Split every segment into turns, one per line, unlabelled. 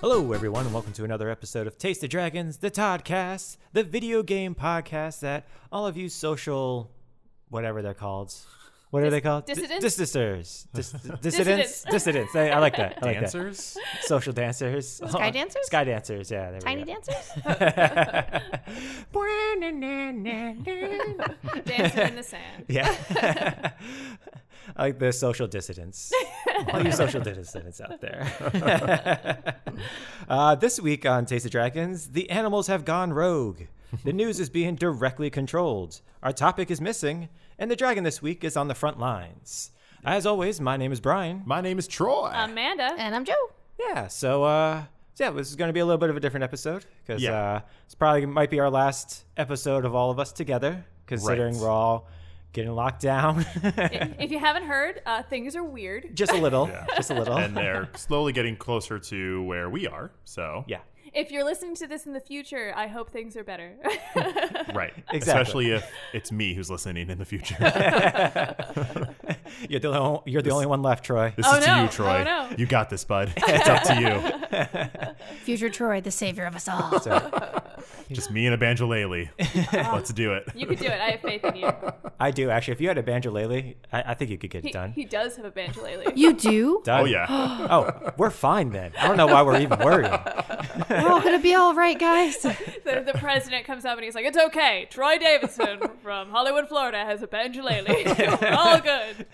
Hello, everyone, and welcome to another episode of Taste of Dragons, the Toddcast, the video game podcast that all of you social, whatever they're called, what are they called? Dis-
dissidents?
Dissisters. Dis- dissidents?
Dissidents.
Dissidents. I, I like that. I like that.
Dancers?
Social dancers.
Oh, Sky dancers?
Sky dancers, yeah. there we
Tiny
go.
dancers
yeah.
dancing in the sand.
I like the social dissidents. All you social dissidents out there. uh, this week on Taste of Dragons, the animals have gone rogue. The news is being directly controlled. Our topic is missing, and the dragon this week is on the front lines. As always, my name is Brian.
My name is Troy.
Amanda,
And I'm Joe.
Yeah. So, uh, so yeah, this is going to be a little bit of a different episode because
Yeah.
uh, it's probably might be our last episode of all of us together, considering
Right.
we're all getting locked down.
if you haven't heard, uh, things are weird.
just a little,
Yeah.
just a little.
and they're slowly getting closer to where we are. So,
yeah.
If you're listening to this in the future, I hope things are better.
right.
Exactly.
Especially if it's me who's listening in the future.
Oh,
You're the only, you're the only one left, Troy.
This
Oh,
is to
no.
you, Troy.
Oh, no.
You got this, bud. It's up to
Future Troy, the savior of us all.
So,
you. Just me and a banjolele. Let's do it.
you could do it. I have faith in you.
I do actually. If you had a banjo lele, I, I think you could get
He,
it done.
he does have a banjolele.
You do?
Done.
Oh yeah.
Oh, we're fine then. I don't know why we're even worried.
We're all gonna be all right, guys.
the, the president comes up and he's like, "It's okay. Troy Davidson from Hollywood, Florida, has a banjolele. We're all good."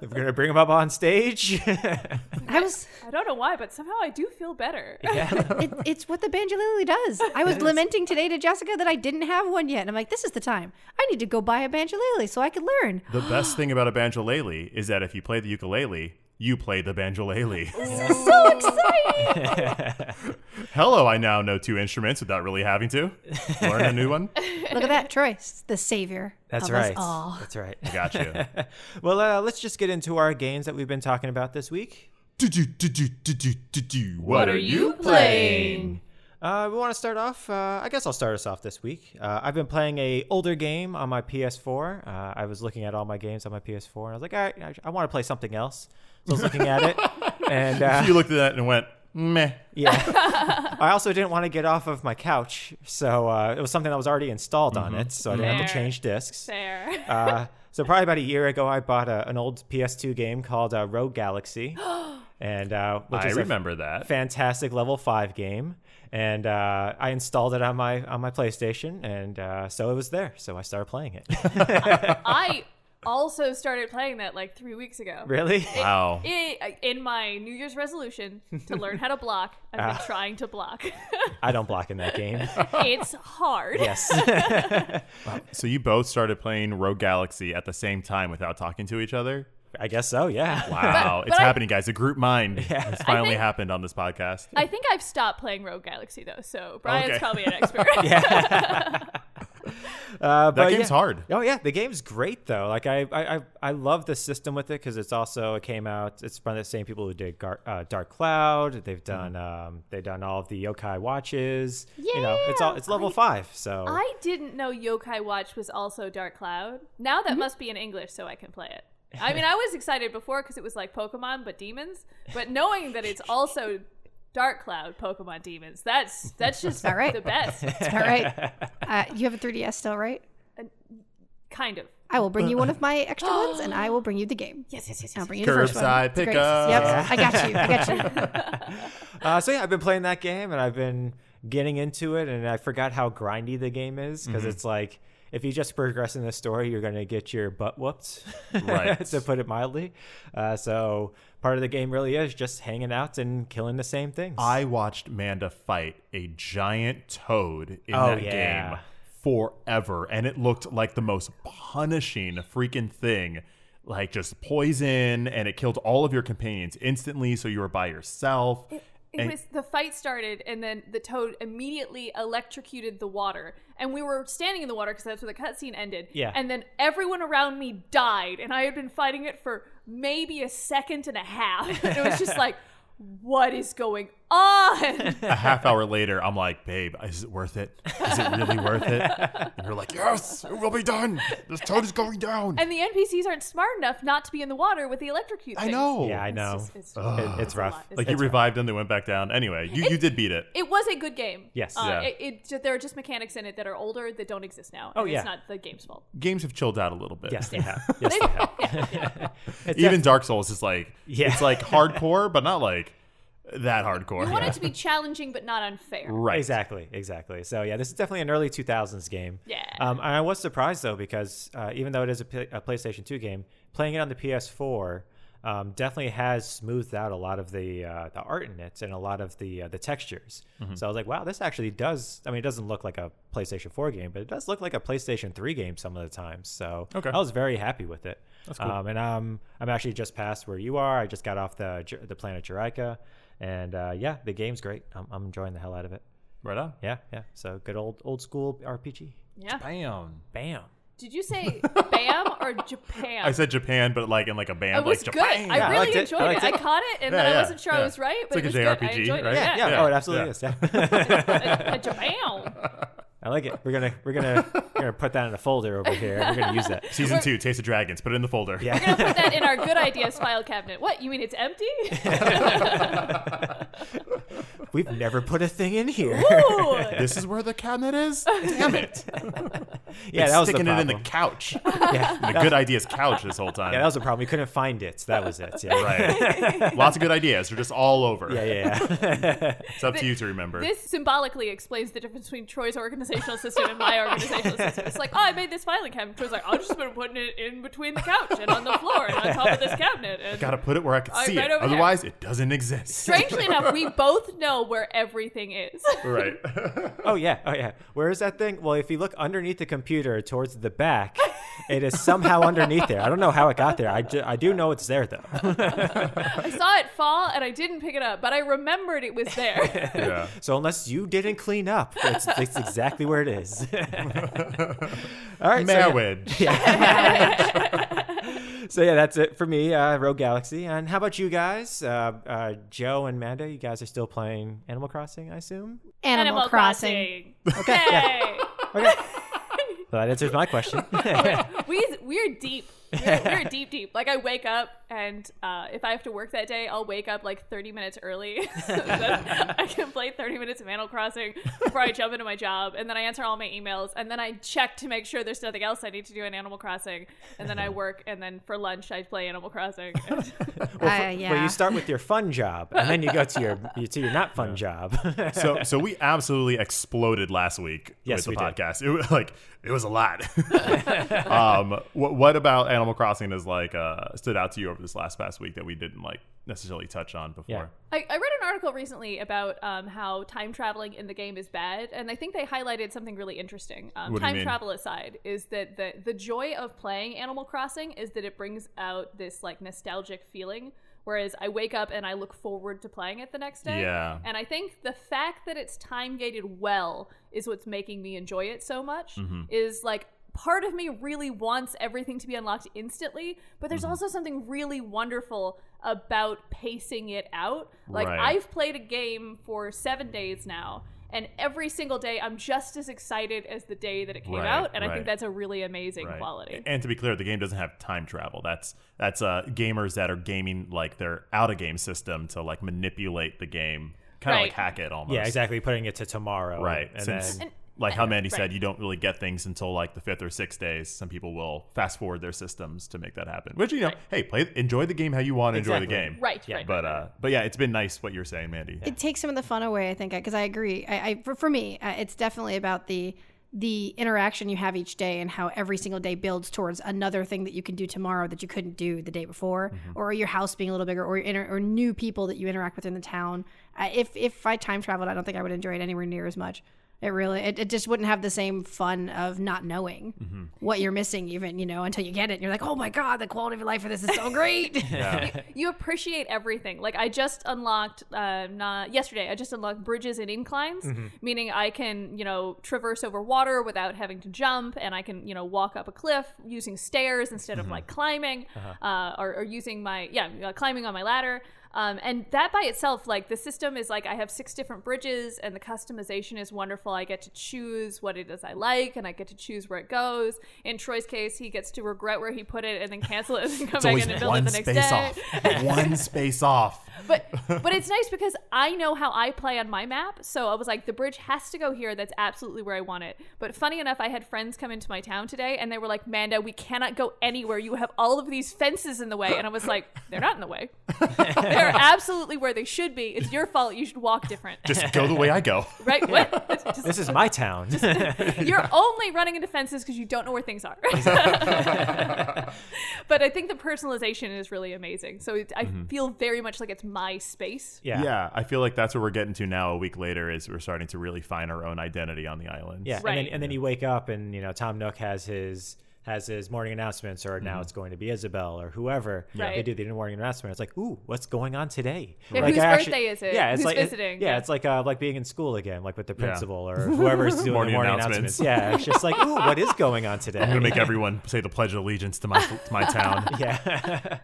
We're gonna bring him up on stage.
I was.
I don't know why, but somehow I do feel better.
It, it's what the banjolele does. I was lamenting today to Jessica that I didn't have one yet, and I'm like, this is the time. I need to go buy a banjolele so I can learn.
The best thing about a banjolele is that if you play the ukulele, you play the banjolele.
So exciting!
Hello, I now know two instruments without really having to learn a new one.
Look at that, Troy, s- the savior
That's
of
right.
us all.
That's right.
Got you.
Well, uh, let's just get into our games that we've been talking about this week.
What are you playing?
Uh, we want to start off. Uh, I guess I'll start us off this week. Uh, I've been playing a older game on my PS4. Uh, I was looking at all my games on my PS4, and I was like, all right, I, I want to play something else. So I was looking at it, and uh,
You looked at that and went, meh.
yeah, I also didn't want to get off of my couch, so uh, it was something that was already installed on it, so I didn't have to
Fair.
change discs.
Fair.
Uh, so probably about a year ago, I bought a, an old PS2 game called uh, Rogue Galaxy, and uh, which
I
is a-
remember that.
fantastic level five game, and uh, I installed it on my on my PlayStation, and uh, so it was there. So I started playing it.
I also started playing that like three weeks ago.
really?
Wow.
I- in my New Year's resolution to learn how to block, I've been trying to block.
I don't block in that game.
it's hard.
Yes.
So you both started playing Rogue Galaxy at the same time without talking to each other?
I guess so. Yeah.
Wow, it's
but I-
happening, guys. A group mind has finally
think-
happened on this podcast.
I think I've stopped playing Rogue Galaxy though, so Brian's
Okay.
probably an expert.
Uh,
That
but
game's
yeah.
hard.
Oh yeah, the game's great though. Like I, I, I, I love the system with it because it's also it came out. It's from the same people who did Gar- uh, Dark Cloud. They've
Mm-hmm.
done um, they've done all of the Yokai Watches. You know, it's all it's level five. So
I didn't know Yokai Watch was also Dark Cloud. Now that must be in English, so I can play it. I mean, I was excited before because it was like Pokemon but demons, but knowing that it's also Dark Cloud Pokemon demons, that's that's just
All right.
the best.
All right, uh, you have a 3ds still, right?
Kind of.
I will bring you one of my extra ones, and I will bring you the game.
Yes, yes, yes.
I'll bring you the first one.
Curbside
It's a great-
pickup.
Yep, I got you. I got you.
Uh, so yeah, I've been playing that game and I've been getting into it, and I forgot how grindy the game is
Mm-hmm.
because it's like if you just progress in the story, you're gonna get your butt whooped,
Right.
to put it mildly. Uh, so part of the game really is just hanging out and killing the same things.
I watched Manda fight a giant toad in
Oh,
that
yeah.
game forever, and it looked like the most punishing freaking thing. Like just poison, and it killed all of your companions instantly, so you were by yourself.
It
And-
was the fight started, and then the toad immediately electrocuted the water, and we were standing in the water because that's where the cutscene ended.
Yeah.
And then everyone around me died, and I had been fighting it for maybe a second and a half. And it was just like, what is going on.
a half hour later, I'm like, babe, is it worth it? Is it really worth it? And you're like, yes, it will be done. This toad is going down.
and the NPCs aren't smart enough not to be in the water with the electrocute.
I
thing.
know.
Yeah, I know.
just- it's just-
It- it's rough.
lot. It's
like you
It's rough.
revived and they went back down. Anyway, you, you did beat it.
It was a good game.
Yes.
Uh,
Yeah.
It, it ju- there are just mechanics in it that are older that don't exist now.
Oh,
and
yeah.
It's not the game's fault.
Games have chilled out a little bit.
Yes, they have. Yes, they have. It's
Even Dark Souls is like,
Yeah.
it's like hardcore, but not like that hardcore.
You want it to be challenging but not unfair.
right.
Exactly, exactly. So yeah, this is definitely an early 2000s game.
Yeah.
Um, and I was surprised though because uh, even though it is a, P- a PlayStation 2 game, playing it on the PS4 um, definitely has smoothed out a lot of the uh, the art in it and a lot of the uh, the textures. So I was like, wow, this actually does. I mean, it doesn't look like a PlayStation 4 game, but it does look like a PlayStation 3 game some of the times. So
Okay.
I was very happy with it. That's cool. Um, and um, I'm actually just past where you are. I just got off the Ju- the planet Jerica. And uh, yeah, the game's great. I'm, I'm enjoying the hell out of it.
Right on.
Yeah, yeah. So good old old school RPG.
Yeah.
Bam.
Bam.
Did you say Bam or Japan?
I said Japan, but like in like a band.
it was
like
good.
Japan.
I
Yeah, I
really
liked it.
enjoyed
I
it.
liked
I
it.
caught it, and
Yeah,
then
yeah,
I wasn't sure I
yeah.
was right, but
It's like
it
a
was good. I
JRPG,
enjoyed
right?
it. Yeah.
Yeah,
Yeah.
oh, it absolutely
Yeah.
is. Yeah.
A- a Japan.
I like it. We're gonna we're gonna we're gonna put that in a folder over here. We're gonna use that.
Season two, Taste of Dragons. Put it in the folder.
Yeah.
We're gonna put that in our good ideas file cabinet. What? You mean it's empty?
We've never put a thing in here.
Ooh.
This is where the cabinet is. Damn it!
yeah,
It's
that was
sticking
the
it
problem.
in the couch.
yeah.
The good ideas couch this whole time.
yeah, that was the problem. We couldn't find it. That was it. Yeah.
right. Lots of good ideas. They're just all over.
Yeah, yeah, yeah.
It's up to you to remember.
This symbolically explains the difference between Troy's organizational system and my organizational system. It's like, oh, I made this filing cabinet. Troy's like, I've just been putting it in between the couch and on the floor and on top of this cabinet. And
Gotta put it where I can
All right,
see
right
it.
over there.
Otherwise, it doesn't exist.
strangely enough, we both know where everything is.
right.
Oh yeah, oh yeah. Where is that thing? Well, if you look underneath the computer towards the back, it is somehow underneath there. I don't know how it got there. I ju- I do know it's there though.
I saw it fall and I didn't pick it up, but I remembered it was there.
yeah.
So unless you didn't clean up, it's, it's exactly where it is. All right, so yeah.
Marriage.
So yeah, that's it for me, uh, Rogue Galaxy. And how about you guys, uh, uh, Joe and Manda? You guys are still playing Animal Crossing, I assume.
Animal, Crossing.
Okay.
Okay. well, that answers my question.
we we're deep. We're, we're deep, deep. Like I wake up, and uh, if I have to work that day, I'll wake up like 30 minutes early. so that I can play 30 minutes of Animal Crossing before I jump into my job, and then I answer all my emails, and then I check to make sure there's nothing else I need to do in Animal Crossing, and then I work, and then for lunch I play Animal Crossing.
Uh, yeah.
Well, you start with your fun job, and then you go to your you- to your not fun job.
So, so we absolutely exploded last week
Yes,
with the
we did.
podcast. It was like it was a lot. um, what, what about Animal Crossing has like uh, stood out to you over this last past week that we didn't like necessarily touch on before?
Yeah.
I, I read an article recently about um, how time traveling in the game is bad, and I think they highlighted something really interesting. Um,
What do you
time
mean?
travel aside, is that the the joy of playing Animal Crossing is that it brings out this like nostalgic feeling. Whereas I wake up and I look forward to playing it the next day.
Yeah.
And I think the fact that it's time gated well is what's making me enjoy it so much.
Mm-hmm.
Is like part of me really wants everything to be unlocked instantly, but there's
Mm-hmm.
also something really wonderful about pacing it out. Like
Right.
I've played a game for seven days now. And every single day, I'm just as excited as the day that it came
Right,
out, and I
right.
think that's a really amazing
Right.
quality.
And to be clear, the game doesn't have time travel. That's that's uh, gamers that are gaming like their out of game system to like manipulate the game, kind of like
Right.
hack it almost.
yeah, exactly. Putting it to tomorrow,
Right.
And
Since-
then
And-
Like how Mandy
Right.
said, you don't really get things until like the fifth or sixth days. Some people will fast forward their systems to make that happen. Which you know, hey, play, enjoy the game how you want, to enjoy the
Exactly.
game.
Right,
Yeah,
right.
But uh, but yeah, it's been nice what you're saying, Mandy.
It takes some of the fun away, I think, because I agree. I, I for, for me, uh, it's definitely about the the interaction you have each day and how every single day builds towards another thing that you can do tomorrow that you couldn't do the day before, or your house being a little bigger, or your inter- or new people that you interact with in the town. Uh, if if I time traveled, I don't think I would enjoy it anywhere near as much. It really, it, it just wouldn't have the same fun of not knowing what you're missing, even you know, until you get it. And you're like, oh my god, the quality of life for this is so great.
you appreciate everything. Like I just unlocked uh, not yesterday. I just unlocked bridges and inclines, meaning I can you know traverse over water without having to jump, and I can you know walk up a cliff using stairs instead of like climbing, uh or, or using my yeah uh, climbing on my ladder. Um, and that by itself, like the system is like I have six different bridges, and the customization is wonderful. I get to choose what it is I like, and I get to choose where it goes. In Troy's case, he gets to regret where he put it and then cancel it and then come
It's
back
always
in and build it
one
the next
space
day.
off. one space off.
But but it's nice because I know how I play on my map. So I was like, the bridge has to go here. That's absolutely where I want it. But funny enough, I had friends come into my town today and they were like, Manda, we cannot go anywhere. You have all of these fences in the way. And I was like, they're not in the way. they're absolutely where they should be. It's your fault. You should walk different.
Just go the way I go.
right? What? It's
This is my town.
just- you're only running into fences because you don't know where things are. but I think the personalization is really amazing. So it, I feel very much like it's my space.
Yeah. Yeah.
I feel like that's what we're getting to now. A week later, is we're starting to really find our own identity on the island.
And
Right.
then and then you wake up and you know Tom Nook has his has his morning announcements or
Mm-hmm.
now it's going to be Isabel or whoever.
Right.
They do the morning announcement. It's like, ooh, what's going on today?
Yeah,
Like,
whose
I actually-
birthday is it?
Yeah, it's
Who's
like
visiting?
yeah,
Yeah.
it's like uh, like being in school again, like with the principal or whoever's doing
Morning
the morning
announcements.
announcements. Yeah. It's just like, ooh, what is going on today?
I'm gonna make everyone say the Pledge of Allegiance to my to my town.
yeah.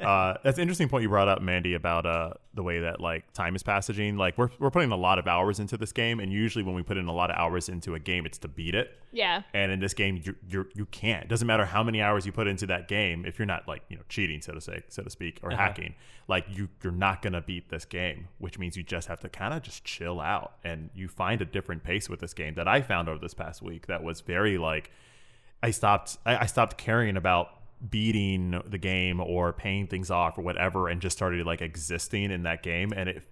Uh, that's an interesting point you brought up, Mandy, about uh, the way that like time is passaging. Like we're we're putting a lot of hours into this game, and usually when we put in a lot of hours into a game, it's to beat it.
Yeah.
And in this game, you you you can't. It doesn't matter how many hours you put into that game, if you're not like you know cheating, so to say, so to speak,
Uh-huh.
or hacking, like you you're not gonna beat this game. Which means you just have to kind of just chill out, and you find a different pace with this game that I found over this past week that was very like I stopped I, I stopped caring about beating the game or paying things off or whatever and just started like existing in that game and it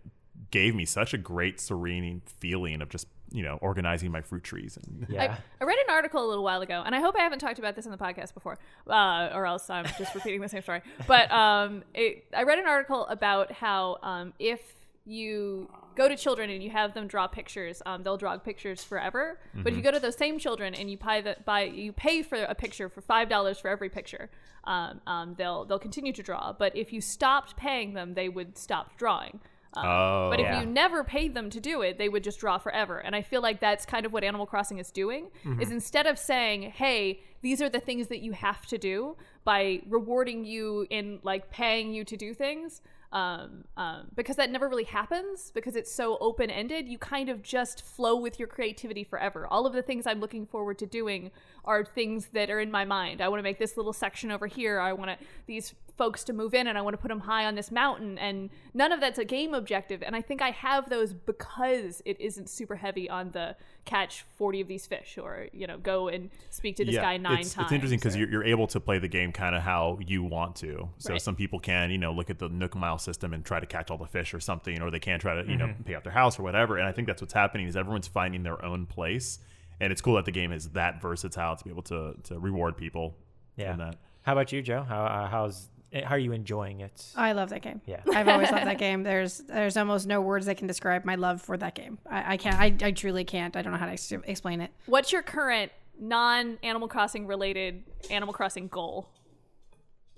gave me such a great serene feeling of just you know organizing my fruit trees and
Yeah.
I, I read an article a little while ago, and I hope I haven't talked about this on the podcast before, uh, or else I'm just repeating the same story. But um, it, I read an article about how um, if you go to children and you have them draw pictures, um, they'll draw pictures forever. But if you go to those same children and you buy the buy you pay for a picture for five dollars for every picture, um, um, they'll they'll continue to draw. But if you stopped paying them, they would stop drawing. Um,
Oh.
but if
Yeah.
you never paid them to do it, they would just draw forever. And I feel like that's kind of what Animal Crossing is doing. Is instead of saying, "Hey, these are the things that you have to do," by rewarding you in like paying you to do things, um, um, because that never really happens because it's so open ended. You kind of just flow with your creativity forever. All of the things I'm looking forward to doing are things that are in my mind. I want to make this little section over here. I want to these folks to move in and I want to put them high on this mountain. And none of that's a game objective. And I think I have those because it isn't super heavy on the catch 40 of these fish or, you know, go and speak to this guy nine
it's,
times.
It's interesting because
or-
you're, you're able to play the game kind of how you want to. So
Right.
some people can, you know, look at the Nook Mile system and try to catch all the fish or something, or they can try to, you know, pay off their house or whatever. And I think that's what's happening is everyone's finding their own place. And it's cool that the game is that versatile to be able to to reward people.
Yeah.
in that.
How about you, Joe? How uh, how's how are you enjoying it?
I love that game.
Yeah.
I've always loved that game. There's there's almost no words that can describe my love for that game. I, I can't. I, I truly can't. I don't know how to ex- explain it.
What's your current non Animal Crossing related Animal Crossing goal?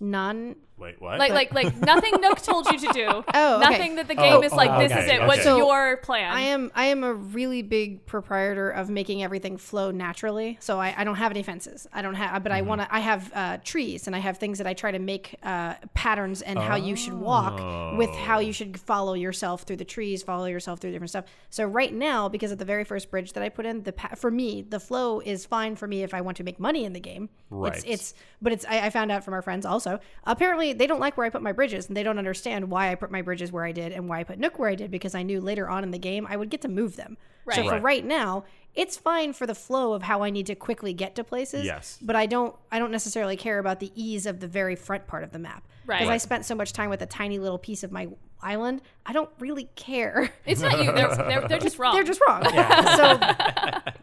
None.
Wait, what?
Like, like, like nothing Nook told you to do.
Oh, okay.
nothing that the game
Oh,
is like.
oh,
this
okay,
is it.
okay.
What's
So,
your plan?
I am I am a really big proprietor of making everything flow naturally. So I, I don't have any fences. I don't have, but I want to. I have uh, trees and I have things that I try to make uh, patterns and how you should walk with how you should follow yourself through the trees, follow yourself through different stuff. So right now, because of the very first bridge that I put in, the pa- for me the flow is fine for me if I want to make money in the game.
Right.
It's, it's but it's I, I found out from our friends also. Apparently they don't like where I put my bridges and they don't understand why I put my bridges where I did and why I put Nook where I did because I knew later on in the game I would get to move them. So
Right.
for
Right.
right now, it's fine for the flow of how I need to quickly get to places.
Yes.
But I don't I don't necessarily care about the ease of the very front part of the map.
Right.
Because I
Right.
spent so much time with a tiny little piece of my island. I don't really care.
it's not you. They're, they're, they're just wrong.
They're just wrong. so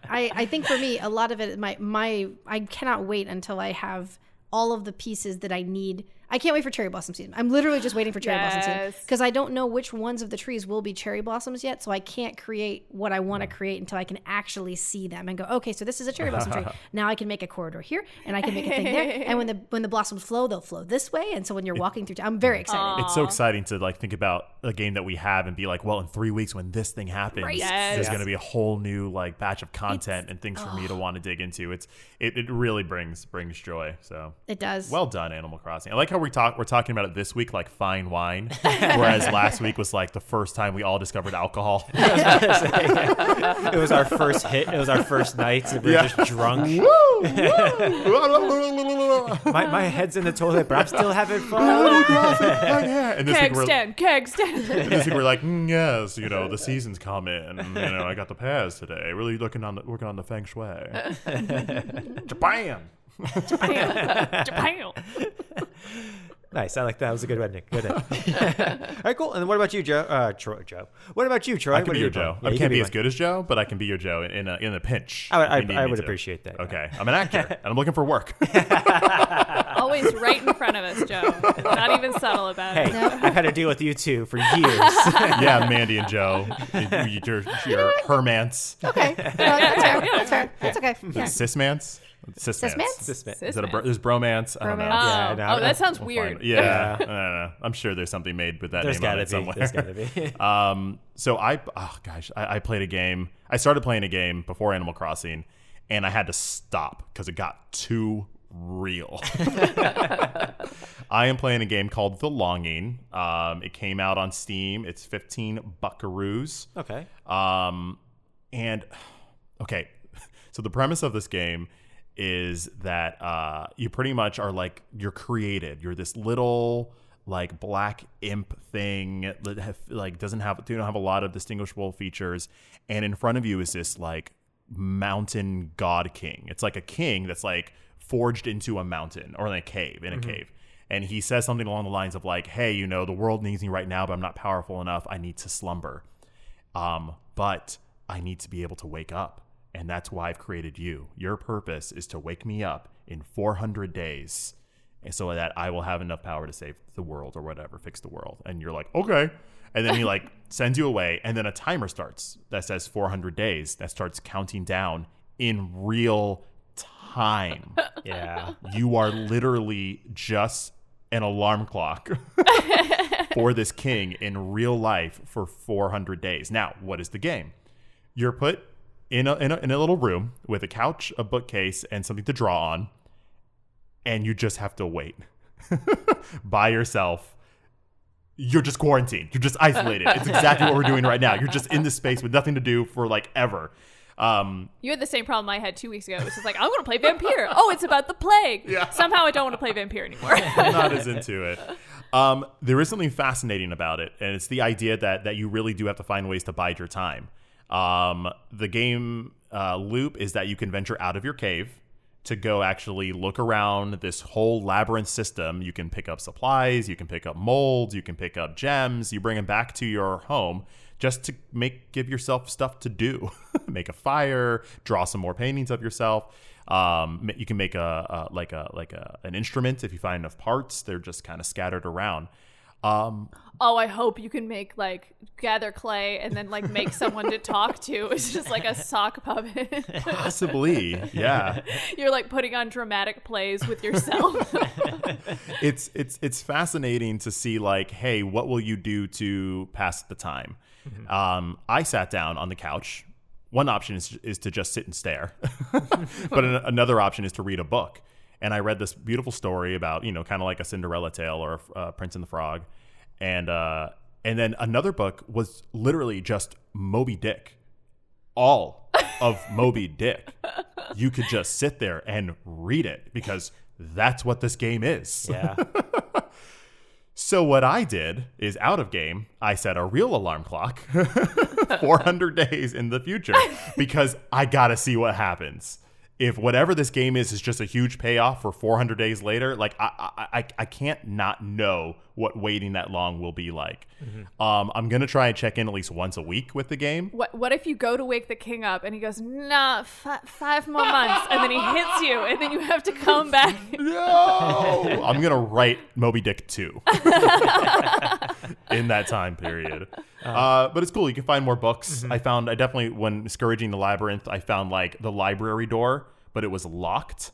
I, I think for me, a lot of it, my my, I cannot wait until I have all of the pieces that I need. I can't wait for cherry blossom season. I'm literally just waiting for cherry blossom season
Yes.
because I don't know which ones of the trees will be cherry blossoms yet. So I can't create what I want to create until I can actually see them and go, okay, so this is a cherry blossom tree. Now I can make a corridor here, and I can make a thing there. And when the when the blossoms flow, they'll flow this way. And so when you're walking through, town, I'm very excited.
it's so exciting to like think about a game that we have and be like, well, in three weeks when this thing happens,
Right.
Yes.
there's
Yeah.
going to be a whole new like batch of content and things for me to want to dig into. It's it, it really brings brings joy. So
It does.
Well done, Animal Crossing. I like how how we talk. We're talking about it this week like fine wine, whereas last week was like the first time we all discovered alcohol.
it was our first hit. It was our first night. and We were
Yeah.
just drunk. my, my head's in the toilet, but I'm still having fun.
and this week
Keg
we're
stand, keg stand.
And this week we're like, mm, yes, you know, the seasons come in. You know, I got the pass today. Really looking on the working on the feng shui. Bam.
Japan.
nice. I like that. That was a good ending. Good ending. All right, cool. And what about you, Joe? Uh, Troy, Joe. What about you, Troy?
I can
what
be
are
your
you
Joe.
playing? Yeah,
I
you
can't
can
be as
mine.
good as Joe, but I can be your Joe in, in a in a pinch.
I would-
if
I-
you need
I
me
would
to.
appreciate that, yeah.
Okay, I'm an actor and I'm looking for work.
Always right in front of us, Joe. Not even subtle about
Hey,
it.
I've had to deal with you two for years.
yeah, Mandy and Joe, You- you- your your hermance,
Okay. No, that's fair. That's fair. That's okay. Yeah.
cismance, cismance.
Cismance?
This man.
Is it a br- there's bromance? I don't know.
Bromance. Ah,
Oh,
Yeah, no,
oh, that sounds
We'll find-
weird.
Yeah, I don't know. I'm sure there's something made with that
There's
name on
gotta
it
be.
somewhere.
There's gotta be.
Um, so I, oh gosh, I, I played a game. I started playing a game before Animal Crossing, and I had to stop because it got too real. I am playing a game called The Longing. Um, it came out on Steam. It's 15 buckaroos.
okay.
Um, and okay, so the premise of this game is that uh, you pretty much are like you're created. You're this little like black imp thing that have, like doesn't have you don't have a lot of distinguishable features, and in front of you is this like mountain god king. It's like a king that's like forged into a mountain or in a cave in a cave. And he says something along the lines of like, "Hey, you know, the world needs me right now, but I'm not powerful enough. I need to slumber." um, but I need to be able to wake up. And that's why I've created you. Your purpose is to wake me up in 400 days and so that I will have enough power to save the world or whatever, fix the world. And you're like, okay. And then he like sends you away. And then a timer starts that says 400 days that starts counting down in real time.
Yeah.
you are literally just an alarm clock for this king in real life for 400 days. Now, what is the game? You're put in a, in a, in a little room with a couch, a bookcase, and something to draw on, and you just have to wait by yourself. You're just quarantined. You're just isolated. It's exactly what we're doing right now. You're just in this space with nothing to do for like ever. Um,
You had the same problem I had two weeks ago. It was just like, I'm going to play Vampire. Oh, it's about the plague. Somehow I don't want to play Vampire anymore.
I'm not as into it. Um, there is something fascinating about it, and it's the idea that that you really do have to find ways to bide your time. Um, the game uh, loop is that you can venture out of your cave to go actually look around this whole labyrinth system. You can pick up supplies, you can pick up molds, you can pick up gems. You bring them back to your home just to make give yourself stuff to do, make a fire, draw some more paintings of yourself. Um, ma- you can make a, a like a like a an instrument if you find enough parts. They're just kind of scattered around. Um,
oh, I hope you can make, like, gather clay and then, like, make someone to talk to. It's just like a sock puppet.
possibly, yeah.
You're, like, putting on dramatic plays with yourself.
It's it's it's fascinating to see like, hey, what will you do to pass the time? Um, I sat down on the couch. One option is is to just sit and stare, but an, another option is to read a book. And I read this beautiful story about you know kind of like a Cinderella tale or uh, Prince and the Frog, and uh, and then another book was literally just Moby Dick. all of Moby Dick. You could just sit there and read it because that's what this game is.
Yeah.
So what I did is out of game, I set a real alarm clock 400 days in the future because I got to see what happens. If whatever this game is is just a huge payoff for 400 days later, like I I, I, I can't not know what waiting that long will be like. Um, I'm gonna try and check in at least once a week with the game.
what, what if you go to wake the king up and he goes, nah, fi- five more months. And then he hits you and then you have to come back.
No, I'm gonna write Moby Dick two in that time period. Uh, but it's cool. You can find more books. I found. I definitely when scourging the labyrinth, I found like the library door, but it was locked.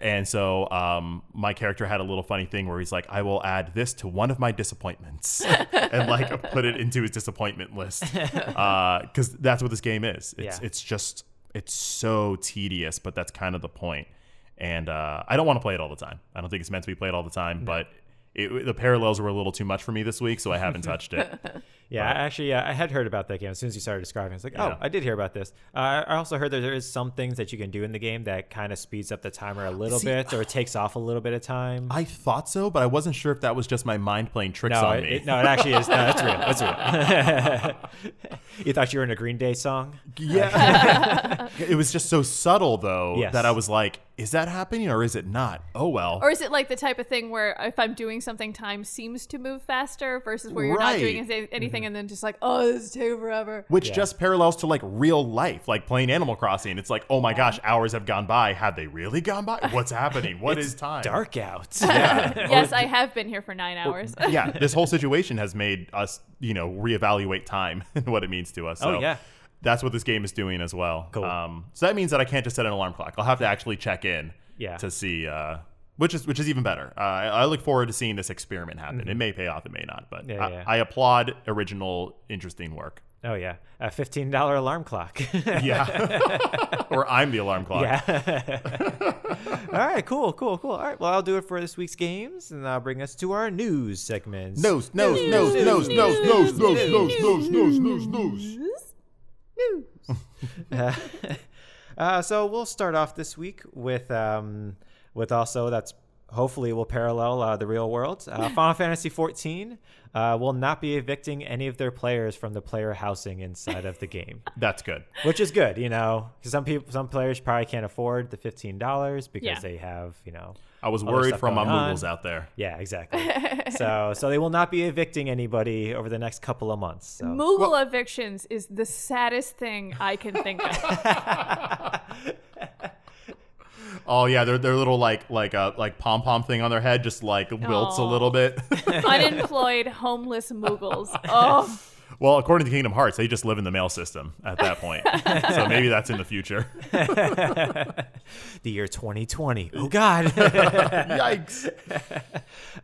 And so um, my character had a little funny thing where he's like, "I will add this to one of my disappointments," and like put it into his disappointment list because that's what this game is. It's
Yeah.
it's just it's so tedious, but that's kind of the point. And uh, I don't want to play it all the time. I don't think it's meant to be played all the time, but it, the parallels were a little too much for me this week, so I haven't touched it.
Yeah, I actually, uh, I had heard about that game as soon as you started describing. It's like, oh,
Yeah.
I did hear about this. Uh, I also heard that there is some things that you can do in the game that kind of speeds up the timer a little
See,
bit or takes off a little bit of time.
I thought so, but I wasn't sure if that was just my mind playing tricks
no,
on
it,
me.
it- no, it actually is. No, that's real. That's real. you thought you were in a Green Day song?
Yeah. it was just so subtle though
Yes.
that I was like, is that happening or is it not? Oh well.
Or is it like the type of thing where if I'm doing something, time seems to move faster versus where you're not doing
Right.
anything, anything and then just like, oh, this is taking forever.
which just parallels to like real life, like playing Animal Crossing. It's like, oh my gosh, hours have gone by. Have they really gone by? What's happening? What is time?
Dark out.
yes, I have been here for nine hours.
yeah, this whole situation has made us, you know, reevaluate time and what it means to us.
Oh,
So
yeah.
That's what this game is doing as well.
Cool.
Um, so that means that I can't just set an alarm clock. I'll have to actually check in
Yeah.
to see, uh, which is which is even better. Uh, I, I look forward to seeing this experiment happen. It may pay off, it may not, but
Mm-hmm. Yeah,
I,
yeah.
I applaud original, interesting work.
Oh, yeah. A $15 alarm clock.
Yeah, or I'm the alarm clock.
Yeah. All right, cool, cool, cool. All right, well, I'll do it for this week's games, and that'll bring us to our news segments.
Nose, nose, nose, nose, nose, nose, nose, nose, nose, nose, nose, nose.
Uh, so we'll start off this week with um, with also that's hopefully will parallel uh, the real world. Uh, Final Fantasy 14 uh, will not be evicting any of their players from the player housing inside of the game,
That's good.
which is good, you know, 'cause some people some players probably can't afford the fifteen dollars because
Yeah.
they have you know.
I was
other
worried
stuff
for my
going on.
moogles out there.
Yeah, exactly. so so they will not be evicting anybody over the next couple of months. So.
Moogle evictions is the saddest thing I can think of.
Oh yeah, their their little like like uh like pom pom thing on their head just like wilts a
Aw.
little bit.
Unemployed, homeless Moogles. Oh,
well, according to Kingdom Hearts, they just live in the mail system at that point. so maybe that's in the future.
the year 2020. Oh God.
Yikes.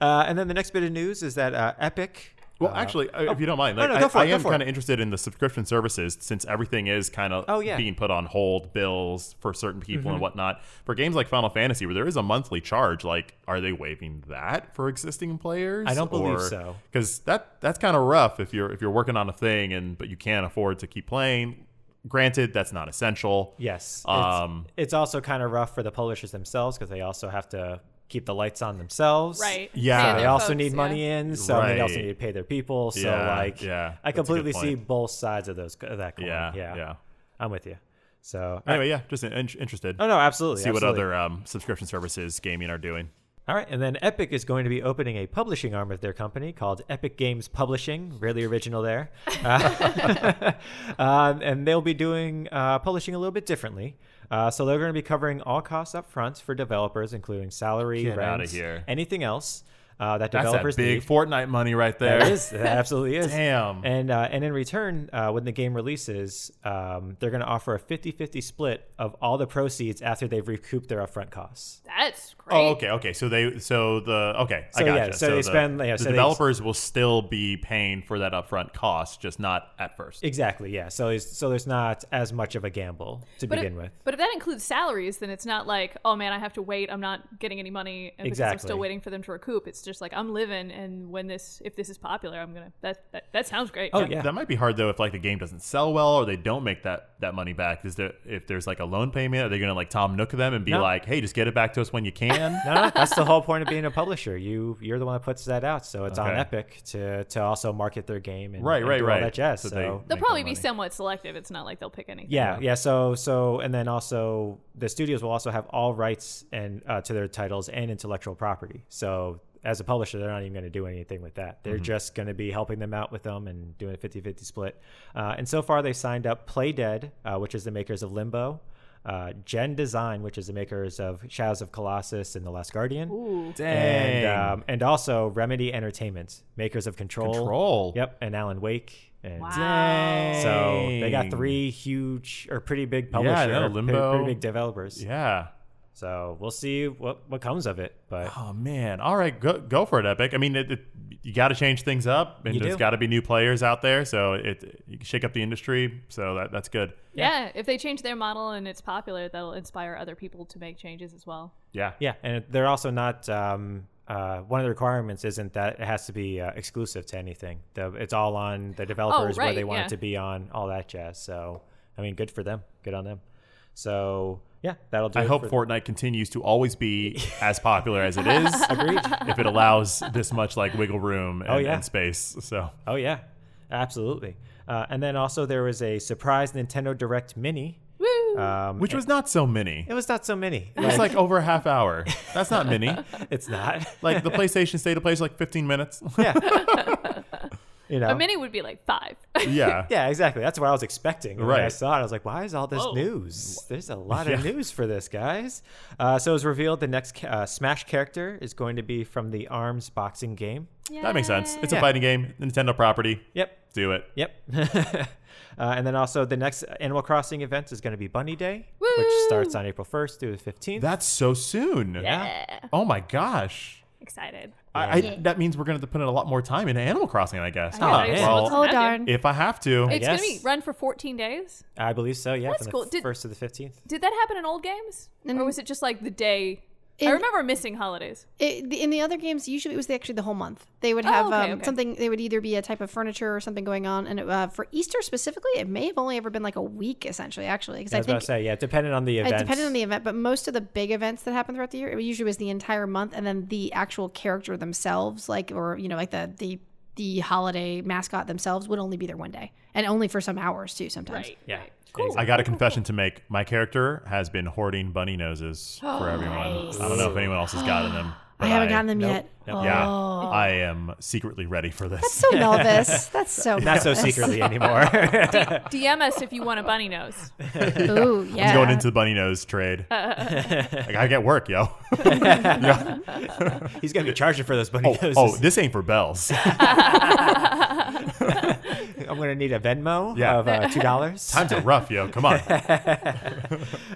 uh, and then the next bit of news is that uh, Epic.
Well, actually, uh, if you don't mind,
no,
like,
no,
I-
go for
I,
it, go
am
for
kind
it.
of interested in the subscription services since everything is kind of
Oh, yeah. Mm-hmm.
being put on hold, bills for certain people and whatnot. For games like Final Fantasy, where there is a monthly charge, like, are they waiving that for existing players?
I don't believe so.
Because that that's kind of rough if you're if you're working on a thing and but you can't afford to keep playing. Granted, that's not essential.
Yes. It's,
Um,
it's also kind of rough for the publishers themselves because they also have to keep the lights on themselves.
right.
Yeah.
Paying
And they
their
also
folks,
need
yeah.
money in, so and they also
Right.
need to pay their people. So
Yeah,
like,
yeah. That's a
I
good
completely see
point.
both sides of those of that coin.
Yeah,
yeah,
yeah.
I'm with you. So I-
Anyway, yeah, just in, in- interested.
oh no, absolutely.
See what
absolutely.
other um, subscription services gaming are doing.
All right, and then Epic is going to be opening a publishing arm of their company called Epic Games Publishing. Really original there. Uh, um, and they'll be doing uh, publishing a little bit differently. Uh, so they're going to be covering all costs up front for developers, including salary,
Get outta
rent,
here.
anything else uh, that
That's
developers
that big
need.
Fortnite money right there.
That is, that absolutely is.
Damn.
And uh, and in return, uh, when the game releases, um, they're going to offer a 50-50 split of all the proceeds after they've recouped their upfront costs.
That's great.
Oh, okay, okay. So they, so the, okay, I
So,
gotcha.
yeah, so they
the,
spend- yeah,
the
so they-
developers will still be paying for that upfront cost, just not at first.
Exactly. Yeah. So it's, so there's not as much of a gamble to
But
begin
if,
with.
but if that includes salaries, then it's not like, oh man, I have to wait. I'm not getting any money and because I'm
Exactly.
still waiting for them to recoup. It's just like I'm living, and when this, if this is popular, I'm gonna. That that, that sounds great.
Oh yeah.
That might be hard though if like the game doesn't sell well or they don't make that that money back. Is there if there's like a loan payment, are they gonna like Tom Nook them and be
No.
like, hey, just get it back to us when you can?
No, no, that's the whole point of being a publisher. You you're the one that puts that out, so it's on
Okay.
Epic to to also market their game and
Right,
and
right,
do all
right.
that jazz. So,
So they-
They'll
make
probably
more
be
money.
somewhat selective. It's not like they'll pick anything.
yeah, yeah. So so and then also the studios will also have all rights and uh, to their titles and intellectual property. So as a publisher, they're not even going to do anything with that. They're just going to be helping them out with them and doing a 50-50 split. Uh, and so far, they signed up Playdead, uh, which is the makers of Limbo. Uh, Gen Design, which is the makers of Shadows of Colossus and The Last Guardian, and
Dang.
um, and also Remedy Entertainment, makers of Control,
Control.
Yep, and Alan Wake. And
Wow.
So they got
Dang.
three huge or pretty big publishers,
know,
pretty-
Limbo.
pretty big developers.
Yeah.
So we'll see what what comes of it. But
Oh man! All right, go go for it, Epic. I mean, it, it, you got to change things up, and
You
there's
do.
got to be new players out there. So it you can shake up the industry. So that that's good.
Yeah, if they change their model and it's popular, that'll inspire other people to make changes as well.
Yeah.
yeah, and they're also not um, uh, one of the requirements isn't that it has to be uh, exclusive to anything. The, it's all on
Oh,
the developers where
right,
they want
yeah.
it to be on, all that jazz. So, I mean, good for them. Good on them. So, yeah, that'll do
I
it
hope
for
Fortnite continues to always be as popular as it is.
Agreed.
If it allows this much like wiggle room and,
Oh, yeah.
and space, so
Oh yeah, absolutely. Uh, and then also there was a surprise Nintendo Direct Mini,
Woo!
um,
which was not so many.
it was not so many.
It was
Like,
like over a half hour. That's not many.
it's not
Like the PlayStation State of Play is like 15 minutes.
yeah, you know.
a mini would be like five.
yeah.
yeah, exactly. That's what I was expecting. When I
Right.
saw it, I was like, why is all this
Whoa.
news? There's a lot of
Yeah.
news for this, guys. Uh, so it was revealed the next ca- uh, Smash character is going to be from the ARMS boxing game.
That makes sense. It's
Yeah.
a fighting game, Nintendo property.
Yep,
Do it.
Yep. uh, and then also the next Animal Crossing event is going to be Bunny Day, which
Woo!
starts on April 1st through the 15th.
That's so soon.
yeah.
Oh my gosh.
Excited.
I, I, that means we're going to have to put in a lot more time into Animal Crossing, I guess.
know, I
guess
well,
it's
Oh,
Imagine.
darn.
if I have to.
It's going to be
guess.
run for 14 days.
I believe so. Yeah, from
That's
the
cool. Did-
1st to the 15th.
Did that happen in old games? or
Mm.
was it just like the day? I
In-
remember missing holidays.
It, the, in the other games, usually it was actually the whole month. They would have
okay,
um,
okay.
something. They would either be a type of furniture or something going on. And it, uh, for Easter specifically, it may have only ever been like a week, essentially. Actually, because
I
I
was about
think
to say, yeah, depending on
Uh,
the event.
it depended on the event. But most of the big events that happen throughout the year, it usually was the entire month, and then the actual character themselves, like or you know, like the the the holiday mascot themselves would only be there one day and only for some hours too. Sometimes.
Right.
Yeah.
Right.
I got a confession to make. My character has been hoarding bunny noses for everyone. I don't know if anyone else has gotten them.
I
but
haven't gotten them
Nope.
yet.
Nope.
Yeah,
Oh.
I am secretly ready for this.
So Melvis, that's so
Not so
Melvis.
secretly anymore.
DM us if you want a bunny nose.
Ooh, yeah.
I'm going into the bunny nose trade. I gotta get work, yo.
He's going to be charging for those bunny
Oh,
noses.
oh, this ain't for bells.
I'm going to need a Venmo
Yeah.
of uh, $2.
Times are rough, yo. Come on.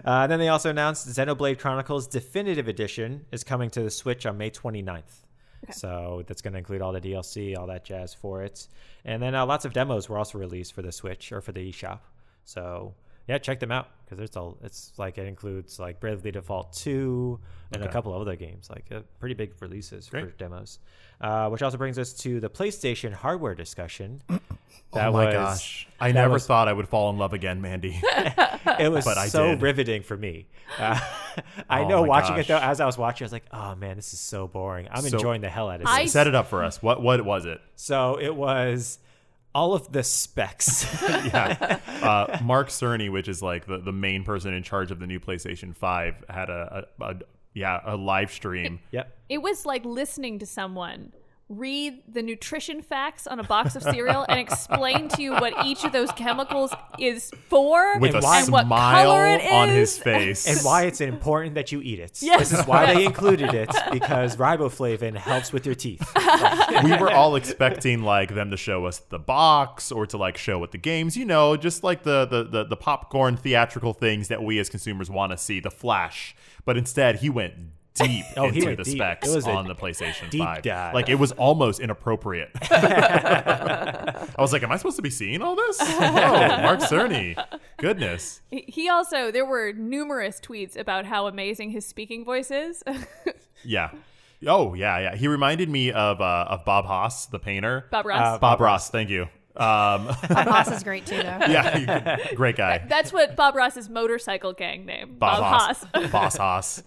Uh, then they also announced Xenoblade Chronicles Definitive Edition is coming to the Switch on May 29th. So that's going to include all the DLC, all that jazz for it. And then uh, lots of demos were also released for the Switch or for the eShop. So yeah, check them out because it's all it's like it includes like Bravely Default 2 and a
Okay.
couple of other games, like uh, pretty big releases for demos. Uh, which also brings us to the PlayStation hardware discussion. That
oh my
was-
gosh. I
that
never
was-
thought I would fall in love again, Mandy.
it was
But I
so
did.
riveting for me. Uh, I
Oh
know
my
watching it
gosh.
though, as I was watching, I was like, "Oh man, this is so boring." I'm
So-
enjoying the hell out of
I-
this.
Set it up for us. What what was it?
So it was all of the specs.
yeah. Uh, Mark Cerny, which is like the, the main person in charge of the new PlayStation 5, had a, a, a yeah, a live stream.
yep.
It was like listening to someone read the nutrition facts on a box of cereal and explain to you what each of those chemicals is for
With
And
a
why-
and what
smile
color it is.
on his face.
And why it's important that you eat it.
Yes.
This is why they included it because riboflavin helps with your teeth.
we were all expecting like them to show us the box or to like show what the games, you know, just like the the the, the popcorn theatrical things that we as consumers want to see, the flash. But instead, he went deep
Oh, he
into
went
the
deep.
specs
It was a
on the PlayStation
deep
5.
dive.
Like it was almost inappropriate. I was like, am I supposed to be seeing all this? Oh, Mark Cerny. Goodness.
He- He also there were numerous tweets about how amazing his speaking voice is.
Yeah. Oh, yeah, yeah. He reminded me of uh, of Bob Haas, the painter. Uh,
Bob Ross.
Bob Ross, thank you. Um,
My boss is great too, though.
yeah, he- great guy.
That's what Bob Ross's motorcycle gang name.
Bob,
Bob,
Haas.
Hoss.
Boss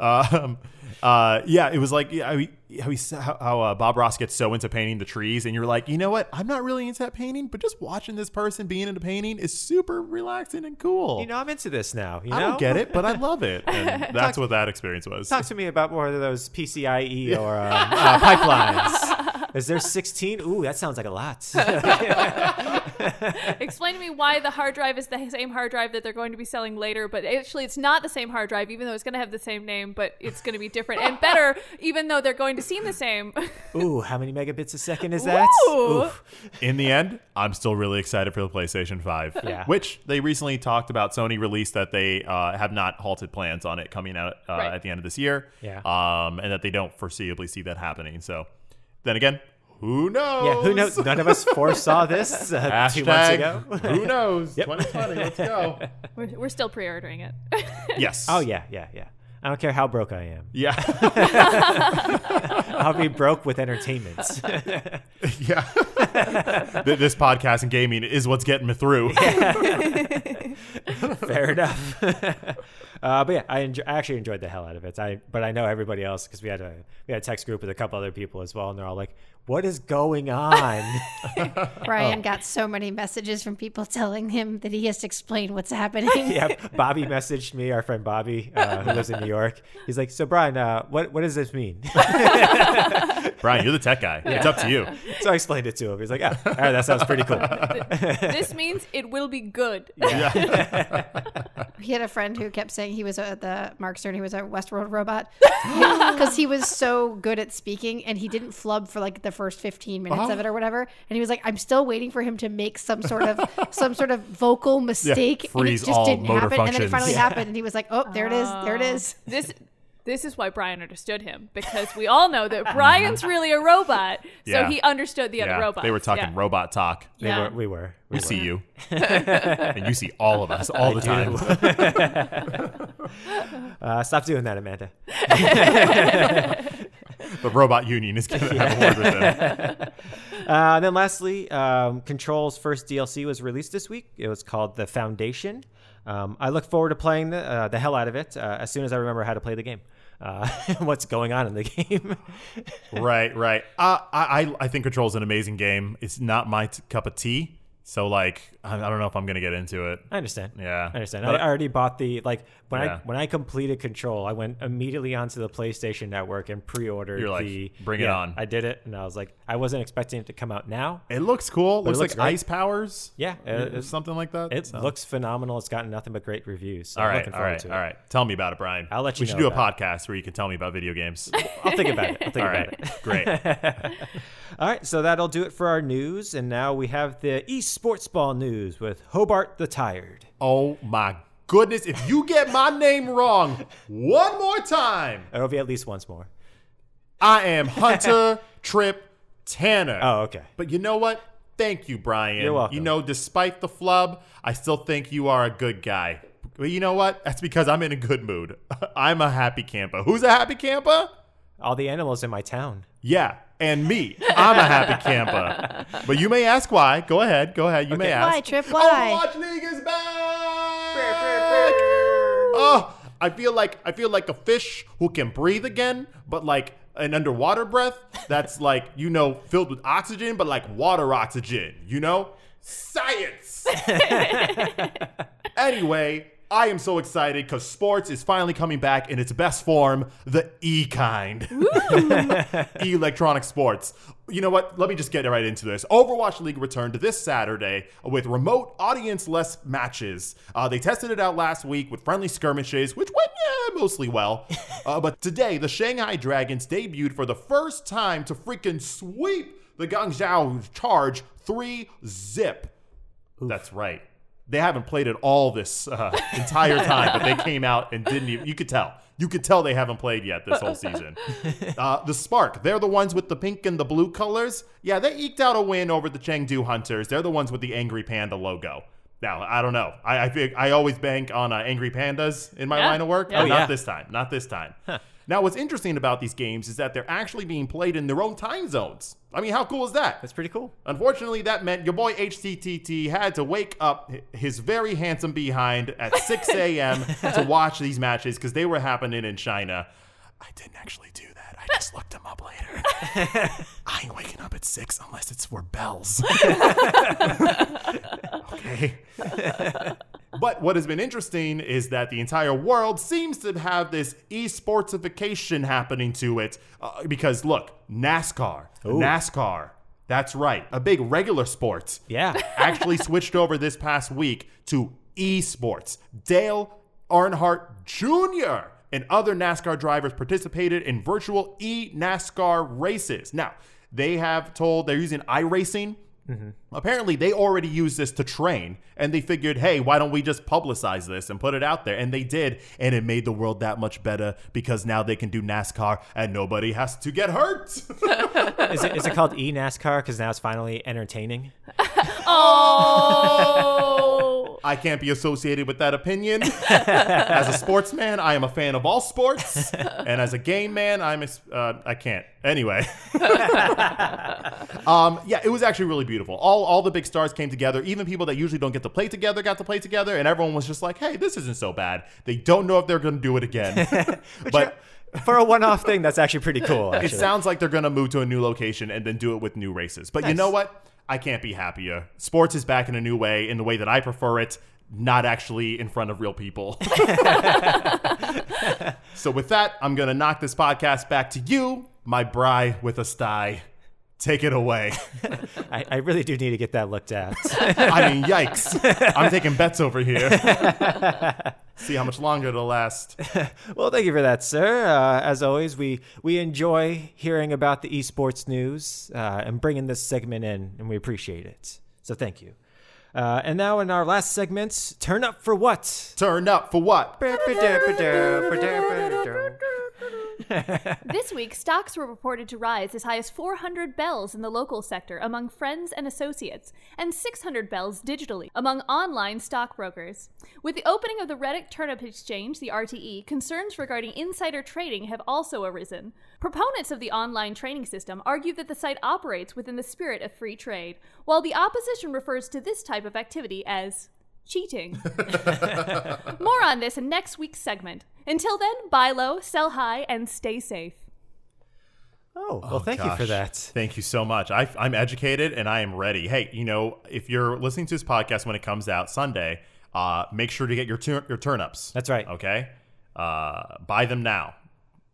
Haas. um, uh, yeah, it was like yeah, I mean, how, he, how, how uh, Bob Ross gets so into painting the trees, and you're like, you know what? I'm not really into that painting, but just watching this person being into painting is super relaxing and cool.
You know, I'm into this now. You know?
I don't get it, but I love it. And that's what that experience was.
Talk to me about more of those PCIe or um, uh, pipelines. Is there 16? Ooh, that sounds like a lot.
Explain to me why the hard drive is the same hard drive that they're going to be selling later, but actually it's not the same hard drive, even though it's going to have the same name, but it's going to be different and better, even though they're going to seem the same.
Ooh, how many megabits a second is that?
Ooh.
Oof.
In the end, I'm still really excited for the PlayStation 5,
Yeah.
which they recently talked about. Sony released that they uh, have not halted plans on it coming out uh,
Right.
at the end of this year,
Yeah.
um, and that they don't foreseeably see that happening. So, then again, who knows?
Yeah, who knows? None of us foresaw this uh, two months ago.
Hashtag who knows? 2020, let's go.
we're, we're still pre ordering it.
yes.
Oh yeah, yeah, yeah. I don't care how broke I am.
Yeah.
I'll be broke with entertainment.
yeah. Th- this podcast and gaming is what's getting me through.
Fair enough. uh, but yeah, I, enjo- I actually enjoyed the hell out of it. I but I know everybody else because we had a we had a text group with a couple other people as well, and they're all like, "What is going on?" Oh.
Brian got so many messages from people telling him that he has to explain what's happening.
yeah, Bobby messaged me, our friend Bobby, uh, who lives in New York. He's like, "So Brian, uh, what what does this mean?"
Brian, you're the tech guy. It's up to you.
so I explained it to him. He's like, "Ah, "All right, that sounds pretty cool."
this means it will be good.
Yeah.
He had a friend who kept saying he was a, the Mark Stern. He was a Westworld robot because he was so good at speaking, and he didn't flub for like the first fifteen minutes
Oh.
of it or whatever. And he was like, "I'm still waiting for him to make some sort of some sort of vocal mistake, and it
freeze
just
all
didn't
motor
happen. And then it
functions.
finally happened, and he was like, "Oh, there it is, there it is."
Um, This this is why Brian understood him because we all know that Brian's really a robot, so
Yeah.
he understood the other
yeah.
robots.
They were talking
Yeah.
robot talk.
They
Yeah.
were, we were. We
We
were.
see you. and you see all of us all the time.
Uh, stop doing that, Amanda.
The robot union is going to have a word with them.
Uh, and then lastly, um, Control's first DLC was released this week. It was called The Foundation. Um, I look forward to playing the, uh, the hell out of it uh, as soon as I remember how to play the game. Uh, what's going on in the game?
Right, right. Uh, I, I, I think Control's an amazing game. It's not my t- cup of tea. So, like, I, I don't know if I'm going to get into it.
I understand.
Yeah.
I understand.
But-
I already bought the like when I
Yeah.
when I completed Control, I went immediately onto the PlayStation Network and pre-ordered.
You're like,
the,
"Bring it
Yeah,
on."
I did it, and I was like, I wasn't expecting it to come out now.
It looks cool.
But it
Looks,
looks
like
great.
ice powers.
Yeah,
Or
it- it-
something like that.
It
So-
looks phenomenal. It's gotten nothing but great reviews. So
all
I'm
right,
looking
all
forward
right,
to
all
it.
right. Tell me about it, Brian.
I'll let you
We should
know
do a
about
podcast where you can tell me about video games.
I'll think about it. I'll think
all
about it.
right, great.
All right, so that'll do it for our news. And now we have the esports ball news with Hobart the Tired.
Oh my goodness! If you get my name wrong one more time,
Or it'll be at least once more.
I am Hunter Trip Tanner.
Oh, okay.
But you know what? Thank you, Brian.
You're welcome.
You know, despite the flub, I still think you are a good guy. But you know what? That's because I'm in a good mood. I'm a happy camper. Who's a happy camper?
All the animals in my town.
Yeah, and me. I'm a happy camper. But you may ask why. Go ahead. Go ahead. You may ask.
Why, Trip? Why?
Overwatch League is back. oh, I feel like I feel like a fish who can breathe again, but like an underwater breath that's like you know filled with oxygen, but like water oxygen. You know, science. anyway. I am so excited because sports is finally coming back in its best form, the E kind electronic sports. You know what? Let me just get right into this. Overwatch League returned this Saturday with remote audience less matches. Uh, they tested it out last week with friendly skirmishes, which went eh, mostly well. Uh, but today, the Shanghai Dragons debuted for the first time to freaking sweep the Guangzhou Charge 3 zip. That's right. They haven't played it all this uh, entire time, but they came out and didn't even. You could tell. You could tell they haven't played yet this whole season. Uh, the Spark, they're the ones with the pink and the blue colors. Yeah, they eked out a win over the Chengdu Hunters. They're the ones with the Angry Panda logo. Now, I don't know. I I, fig- I always bank on uh, Angry Pandas in my
Yeah.
line of work.
Yeah.
Oh, not
yeah.
this time. Not this time. Now, what's interesting about these games is that they're actually being played in their own time zones. I mean, how cool is that?
That's pretty cool.
Unfortunately, that meant your boy HTTT had to wake up hi- his very handsome behind at 6 a.m. to watch these matches because they were happening in China. I didn't actually do that. I just looked them up later. I ain't waking up at 6 unless it's for bells. okay. But what has been interesting is that the entire world seems to have this esportsification happening to it uh, because look, NASCAR, NASCAR, that's right, a big regular sport
Yeah.
actually switched over this past week to esports. Dale Earnhardt Jr. and other NASCAR drivers participated in virtual e NASCAR races. Now, they have told they're using iRacing. Apparently, they already used this to train, and they figured, hey, why don't we just publicize this and put it out there? And they did, and it made the world that much better because now they can do NASCAR and nobody has to get hurt.
Is it, is it called E NASCAR? Because now it's finally entertaining.
Oh.
I I can't be associated with that opinion. as a sportsman, I am a fan of all sports, and as a game man, I'm a s- uh, I can't. Anyway, um, yeah, it was actually really beautiful. All all the big stars came together. Even people that usually don't get to play together got to play together, and everyone was just like, "Hey, this isn't so bad." They don't know if they're going to do it again, but.
For a one-off thing, that's actually pretty cool.
It
Actually.
sounds like they're going to move to a new location and then do it with new races. But you
Nice.
know what? I can't be happier. Sports is back in a new way, in the way that I prefer it, not actually in front of real people. so, with that, I'm going to knock this podcast back to you, my bry with a sty. Take it away.
I, I really do need to get that looked at.
I mean, yikes. I'm taking bets over here. See how much longer it'll last.
Well, thank you for that, sir. Uh, as always, we we enjoy hearing about the esports news uh, and bringing this segment in, and we appreciate it. So thank you. Uh, and now, in our last segment, turn up for what?
Turn up for what?
This week, stocks were reported to rise as high as 400 bells in the local sector among friends and associates, and 600 bells digitally among online stockbrokers. With the opening of the Reddit Turnip Exchange, the RTE, concerns regarding insider trading have also arisen. Proponents of the online trading system argue that the site operates within the spirit of free trade, while the opposition refers to this type of activity as cheating. More on this in next week's segment. Until then, buy low, sell high, and stay safe.
Oh, well, thank you for
Gosh.
that.
Thank you so much. I, I'm educated and I am ready. Hey, you know, if you're listening to this podcast when it comes out Sunday, uh, make sure to get your tur- your turnips.
That's right.
Okay, uh, buy them now.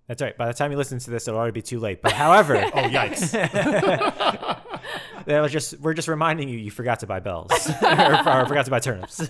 That's right. By the time you listen to this, it'll already be too late. But however,
Oh yikes!
they'll just we're just reminding you you forgot to buy bells or, or forgot to buy turnips.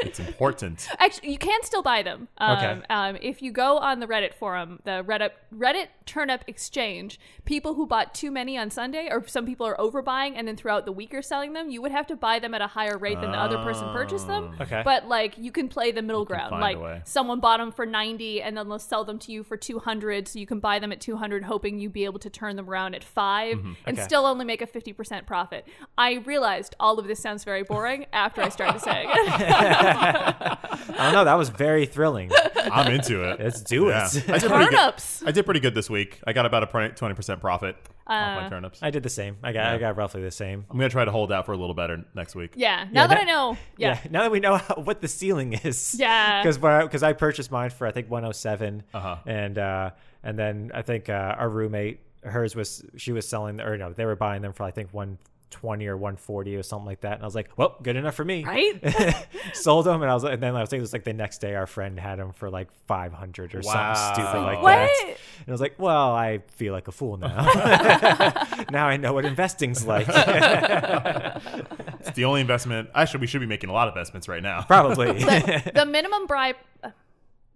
it's important.
Actually, you can still buy them. Um,
Okay.
um, if you go on the Reddit forum, the Reddit Reddit Turnip Exchange, people who bought too many on Sunday, or some people are overbuying, and then throughout the week are selling them. You would have to buy them at a higher rate than the other person purchased them.
Okay.
But like, you can play the middle ground.
find a
Like,
way.
someone bought them for ninety, and then they'll sell them to you for two hundred, so you can buy them at two hundred, hoping you be able to turn them around at 5 and
Okay.
still only make a fifty percent profit. I realized all of this sounds very boring after I started saying it.
I don't know. Oh, That was very thrilling.
I'm into it.
Let's do
Yeah.
it.
I did pretty good.
Turnips.
I did pretty good this week. I got about a twenty percent profit off
Uh,
my turnips.
I did the same. I got I got roughly the same.
I'm gonna try to hold out for a little better next week.
Yeah. Now that,
that-
I know. Yeah.
Yeah. Now that we know how, what the ceiling is.
Yeah.
Because because I purchased mine for I think 107, and uh, and then I think uh, our roommate hers was she was selling or no they were buying them for I think 120 or 140 or something like that, and I was like, well, good enough for me.
Right?
Sold them, and I was like, and then I think it was like the next day our friend had them for like 500 or
Wow.
something stupid like
What?
that. And I was like, well, I feel like a fool now. now I know what investing's like.
It's the only investment. Actually, we should be making a lot of investments right now.
Probably.
the minimum bribe.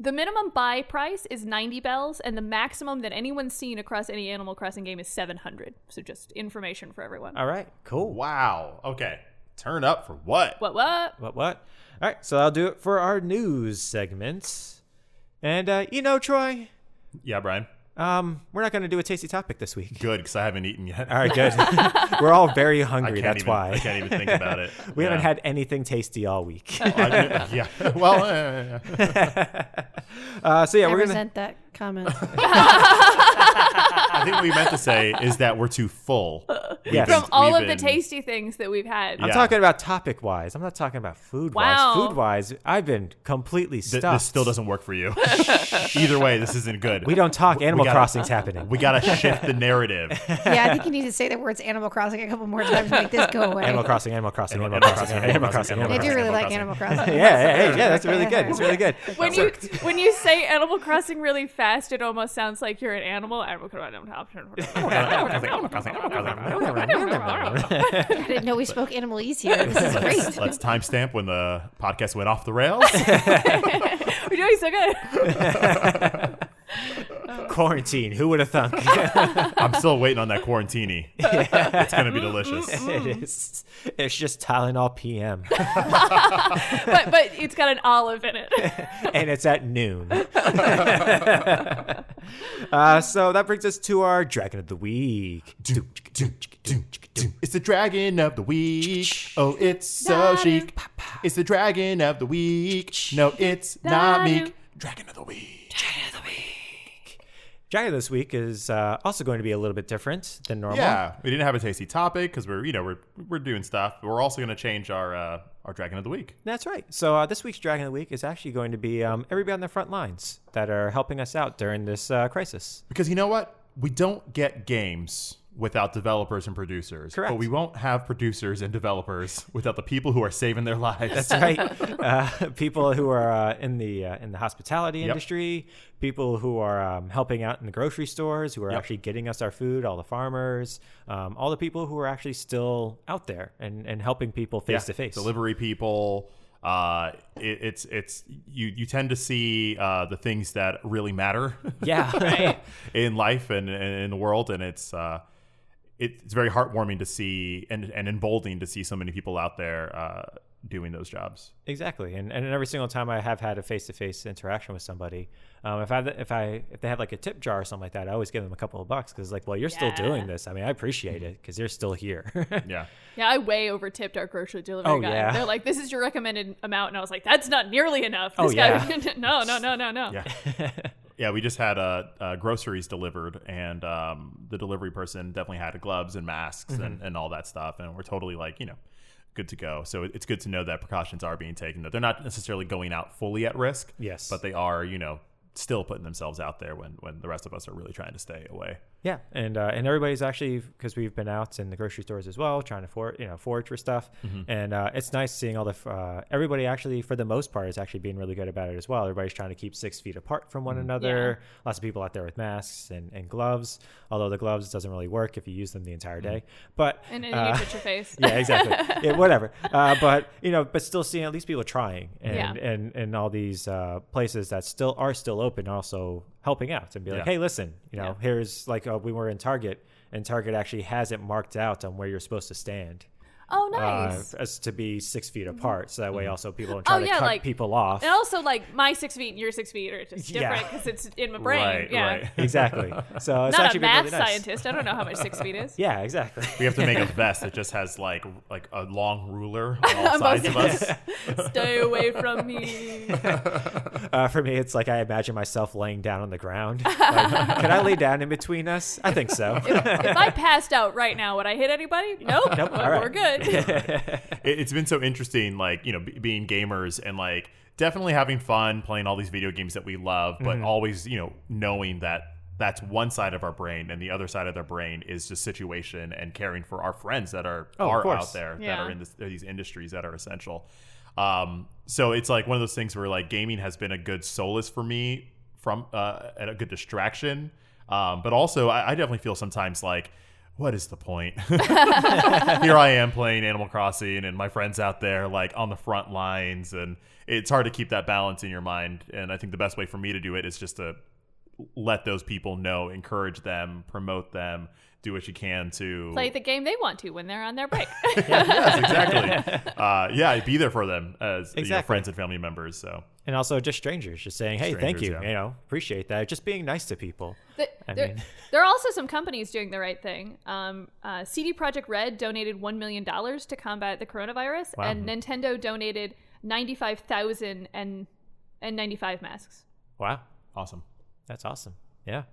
The minimum buy price is 90 bells, and the maximum that anyone's seen across any Animal Crossing game is 700. So just information for everyone.
All right. Cool.
Wow. Okay. Turn up for what?
What, what?
What what? All right, so I'll do it for our news segment. And uh, you know, Troy,
Yeah, Brian.
um, we're not going to do a tasty topic this week.
Good, because I haven't eaten yet.
All right, good. we're all very
I
hungry.
can't
That's
even, I
why
can't even think about it.
we haven't
Yeah.
had anything tasty all week.
I- yeah. Well, uh,
Uh, so yeah,
I
we're gonna.
resent that comment.
I think what we meant to say is that we're too full. We've
Yes.
been-
From all
we've
of the
been-
tasty things that we've had.
I'm
Yeah.
talking about topic wise. I'm not talking about food wise.
Wow.
Food wise, I've been completely
th-
stuffed.
this still doesn't work for you. Either way, this isn't good.
We don't talk. Animal
gotta-
Crossing's happening.
We gotta shift the narrative.
yeah, I think you need to say the words Animal Crossing a couple more times to make this go away.
Animal Crossing. Animal Crossing. Animal Crossing. Animal Crossing.
I
Animal
do
Crossing.
really
Animal
like
Crossing.
Animal Crossing.
Yeah, yeah, hey, yeah. That's really good. It's really good.
When you when you say Animal Crossing really fast, it almost sounds like you're an animal. Animal Crossing.
I didn't know we spoke animalese here. This is great.
Let's timestamp when the podcast went off the rails.
We're doing so good.
Quarantine. Who would have thunk?
I'm still waiting on that quarantini. It's gonna be delicious.
it is. It's just Tylenol PM,
But but it's got an olive in it.
and it's at noon. uh, so that brings us to our Dragon of the Week.
It's the dragon of the week. Oh, it's so chic. It's the dragon of the week. No, it's not meek. Dragon of the week.
Dragon this week is uh, also going to be a little bit different than normal.
Yeah, we didn't have a tasty topic because we're you know we're we're doing stuff. But we're also going to change our uh, our dragon of the week.
That's right. So uh, this week's Dragon of the Week is actually going to be um, everybody on the front lines that are helping us out during this uh, crisis.
Because you know what? We don't get games without developers and producers.
Correct.
But we won't have producers and developers without the people who are saving their lives.
That's right. uh, people who are uh, in the uh, in the hospitality industry, people who are um, helping out in the grocery stores, who are
Yep.
actually getting us our food, all the farmers, um, all the people who are actually still out there and, and helping people face to face.
Delivery people. Uh, it, it's it's you you tend to see uh, the things that really matter
Yeah.
in life and, and in the world, and it's uh, it, it's very heartwarming to see and and emboldening to see so many people out there uh, doing those jobs.
Exactly, and and every single time I have had a face to face interaction with somebody, um, if I if I if they have like a tip jar or something like that, I always give them a couple of bucks because like, well, you're still doing
Yeah.
this. I mean, I appreciate it because you're still here.
Yeah.
Yeah, I way over tipped our grocery delivery
Oh,
guy.
yeah.
They're like, this is your recommended amount. And I was like, that's not nearly enough. This
Oh,
guy, no, no, no, no, no.
Yeah. yeah, we just had uh, uh, groceries delivered, and um, the delivery person definitely had gloves and masks and, and all that stuff. And we're totally like, you know, good to go. So it- it's good to know that precautions are being taken, that they're not necessarily going out fully at risk.
Yes.
But they are, you know, still putting themselves out there when, when the rest of us are really trying to stay away.
yeah, and uh, and everybody's actually because we've been out in the grocery stores as well, trying to for you know forage for stuff, and uh, it's nice seeing all the f- uh, everybody actually for the most part is actually being really good about it as well. Everybody's trying to keep six feet apart from one another. Lots of people out there with masks and, and gloves, although the gloves doesn't really work if you use them the entire day. But
And then
uh,
you put your face.
yeah, exactly. yeah, whatever. Uh, but you know, but still seeing at least people trying, and
Yeah.
and and all these uh, places that still are still open, also helping out and be like,
Yeah.
hey, listen, you know, here's like uh, we were in Target, and Target actually has it marked out on where you're supposed to stand.
Oh, nice.
Uh, as to be six feet apart, so
Mm-hmm.
that way also people don't try
Oh,
to
yeah,
cut
like- oh.
people off.
and also, like, my six feet and your six feet are just
Yeah.
different because it's in my brain.
Right,
yeah.
right.
exactly. So it's
Not
actually
a
been
math
really nice.
scientist. I don't know how much six feet is.
Yeah, exactly.
We have to make a vest that just has like like a long ruler on all
On both
sides of us.
Stay away from me.
Uh, for me, it's like I imagine myself laying down on the ground. Like, can I lay down in between us? I think so.
if I passed out right now, would I hit anybody? Nope.
Nope,
But
all right.
We're good.
it, it's been so interesting, like, you know, b- being gamers and like definitely having fun playing all these video games that we love, but
Mm-hmm.
always, you know, knowing that that's one side of our brain and the other side of their brain is just situation and caring for our friends that are,
Oh, of
are
course.
out there that
Yeah.
are in this, these industries that are essential. Um, so it's like one of those things where like gaming has been a good solace for me from uh, and a good distraction. Um, but also, I, I definitely feel sometimes like, what is the point? here I am playing Animal Crossing, and my friends out there like on the front lines, and it's hard to keep that balance in your mind. And I think the best way for me to do it is just to let those people know, encourage them, promote them, do what you can to
Play the game they want to when they're on their break.
yes, exactly. uh, yeah, be there for them as your
Exactly.
friends and family members. So
and also just strangers just saying hey thank you
Strangers, yeah.
you know appreciate that just being nice to people
The,
I
there,
mean-
there are also some companies doing the right thing. Um, uh, CD Projekt Red donated one million dollars to combat the coronavirus,
Wow.
and Nintendo donated ninety five thousand and and ninety five masks.
wow
awesome.
that's awesome yeah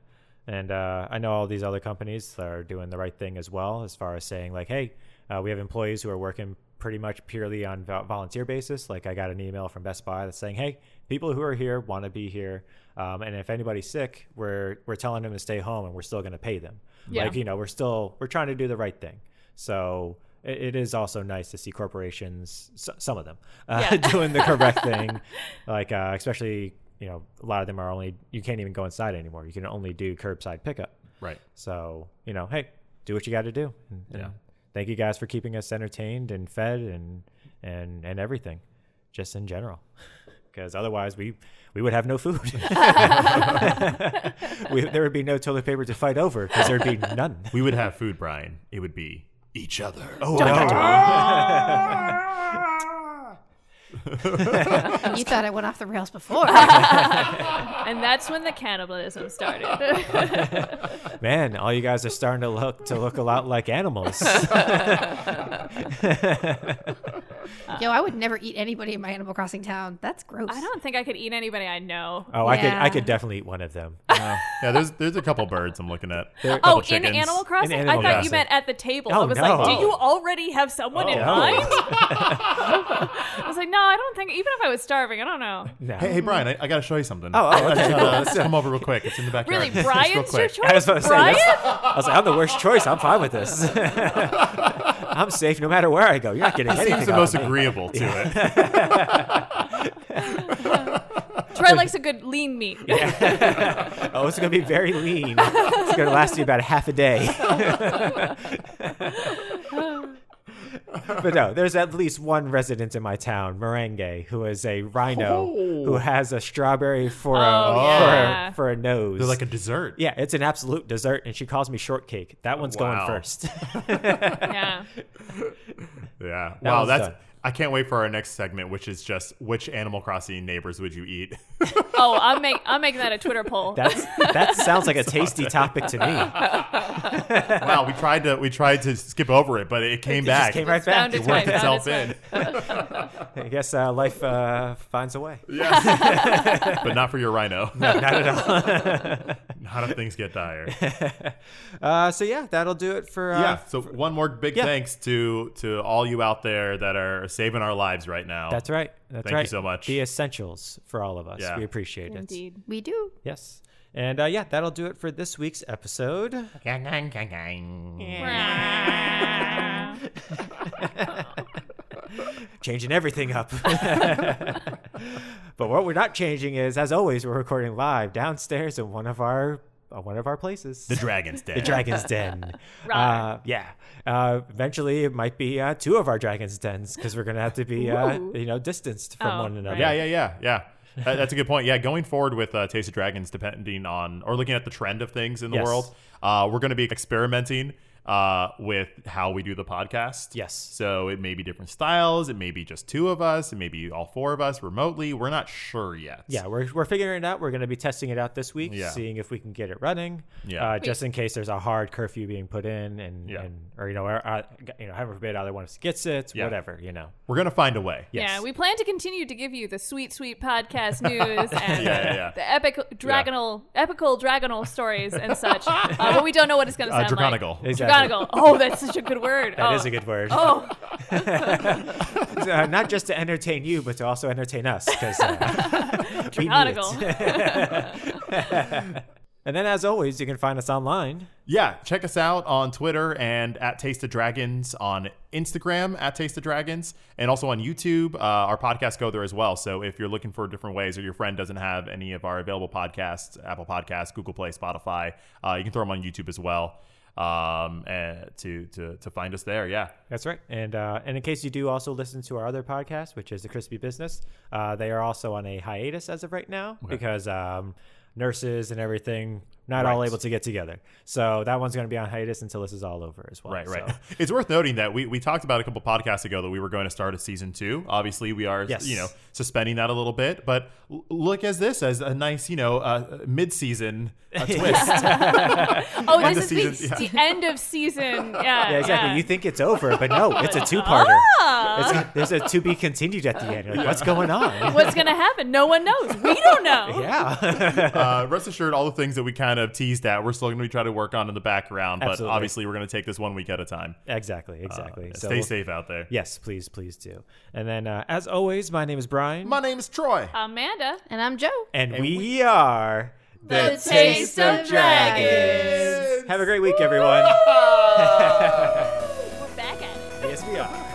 and uh, i know all these other companies are doing the right thing as well as far as saying like hey uh, we have employees who are working pretty much purely on vo- volunteer basis like i got an email from best buy that's saying hey people who are here want to be here um, and if anybody's sick we're we're telling them to stay home and we're still going to pay them
Yeah.
like you know we're still we're trying to do the right thing so it, it is also nice to see corporations s- some of them uh,
Yeah.
doing the correct thing like uh, especially you know a lot of them are only you can't even go inside anymore you can only do curbside pickup
Right.
so you know hey do what you got to do And- and
Yeah.
thank you guys for keeping us entertained and fed and and and everything just in general because otherwise we we would have no food we, there would be no toilet paper to fight over because there'd be none
We would have food, Brian. It would be each other. Oh,
you thought it went off the rails before.
And that's when the cannibalism started.
Man, all you guys are starting to look to look a lot like animals.
Yo, I would never eat anybody in my Animal Crossing town. That's gross.
I don't think I could eat anybody I know.
Oh, I could I
Yeah.
could definitely eat one of them.
Yeah. yeah, there's there's a couple birds I'm looking at.
There-
Couple
oh,
chickens.
in Animal Crossing?
In
I
Animal
thought you
Crossing.
meant at the table.
Oh,
I was
no.
like, do you already have someone in
Oh.
mind? I was like, no, I don't think, even if I was starving, I don't know.
No.
Hey, hey
Mm.
Brian, I, I gotta show you something.
oh,
I
okay.
just gotta come over real quick. It's in the backyard.
Really,
Just real
Brian's your
quick.
choice?
I was about to say,
Brian?
that's- I was like, I'm the worst choice. I'm fine with this. I'm safe no matter where I go. You're not getting anything.
Seems the
off
most
of me.
agreeable to it.
Troy likes a good lean meat.
Oh, it's going to be very lean. It's going to last you about half a day. but no, there's at least one resident in my town, Merengue, who is a rhino who has a strawberry for a
Oh, yeah.
for, a, for a nose.
They're like a dessert.
yeah, it's an absolute dessert, and she calls me shortcake. That one's
Wow.
going first.
yeah.
Yeah. Wow.
was
That's.
done.
I can't wait for our next segment, which is just which Animal Crossing neighbors would you eat?
Oh, I'm, make, I'm making that a Twitter poll.
That's that sounds like a tasty topic to me.
wow. We tried to we tried to skip over it, but it came
It
back.
just came right back.
Found
It
its
worked.
way.
worked
Found
itself
its way.
in.
I guess uh, life uh, finds a way.
Yes. but not for your rhino.
Not at all.
Not if things get dire.
Uh, so yeah, that'll do it for uh,
yeah. So one more big
yeah.
thanks to to all you out there that are saving our lives right now.
That's right. That's
Thank you
right.
so much.
The essentials for all of us.
Yeah.
We appreciate it.
Indeed.
We do.
Yes. And uh, yeah, that'll do it for this week's episode. Changing everything up. but what we're not changing is, as always, we're recording live downstairs in one of our uh, one of our places.
the dragon's dead.
the dragon's den.
Right.
Uh, yeah. Uh, eventually, it might be uh, two of our dragon's dens because we're gonna have to be uh,
Ooh.
you know distanced from
Oh,
one another.
right.
Yeah, yeah, yeah, yeah. That- that's a good point. Yeah, going forward with uh, Taste of Dragons, depending on or looking at the trend of things in the
Yes.
world, uh, we're going to be experimenting uh, with how we do the podcast.
Yes.
So it may be different styles. It may be just two of us. It may be all four of us remotely. We're not sure yet.
Yeah, we're, we're figuring it out. We're going to be testing it out this week,
Yeah.
seeing if we can get it running.
Yeah.
Uh, just in case there's a hard curfew being put in, and,
Yeah.
and or you know, or, uh, you know, heaven forbid, either one of us gets it,
Yeah.
whatever, you know.
We're going to find a way.
Yes.
Yeah, we plan to continue to give you the sweet, sweet podcast news and
Yeah, yeah, yeah.
the epic dragonal, epical dragonal stories and such. Uh, but we don't know what it's going to
Uh,
sound like.
Draconical.
Exactly.
Draconical. Oh, that's such a good word.
That
oh.
is a good word.
Oh,
Uh, not just to entertain you, but to also entertain us because uh, we need it.
Draconical.
And then, as always, you can find us online.
Yeah, check us out on Twitter and at Taste of Dragons on Instagram at Taste of Dragons and also on YouTube. Uh, our podcasts go there as well. So if you're looking for different ways or your friend doesn't have any of our available podcasts, Apple Podcasts, Google Play, Spotify, uh, you can throw them on YouTube as well um, and to, to, to find us there. Yeah.
That's right. And uh, and in case you do also listen to our other podcast, which is the Crispy Business, uh, they are also on a hiatus as of right now because um, nurses and everything not all
Right.
able to get together. So that one's going to be on hiatus until this is all over as well.
Right, right.
So-
It's worth noting that we, we talked about a couple podcasts ago that we were going to start a season two. Obviously, we are
Yes.
you know suspending that a little bit, but l- look as this as a nice you know uh, mid season uh, twist.
Oh,
End
this is
of
the,
season,
the end of season. Yeah,
Yeah, exactly.
yeah.
You think it's over, but no, it's a two-parter.
Ah!
It's- there's a to be continued at the end. You're like, what's going on?
What's going to happen? No one knows. We don't know.
Yeah.
uh, rest assured, all the things that we kind of teased at, we're still going to be trying to work on in the background.
Absolutely.
But obviously, we're going to take this one week at a time.
exactly. Exactly.
Uh, Stay safe out there.
Yes, please, please do. And then, uh, as always, my name is Brian.
My name is Troy.
Amanda.
And I'm Joe.
and, we, are
The Taste of
Have a great week, everyone.
We're back at it.
yes, we are.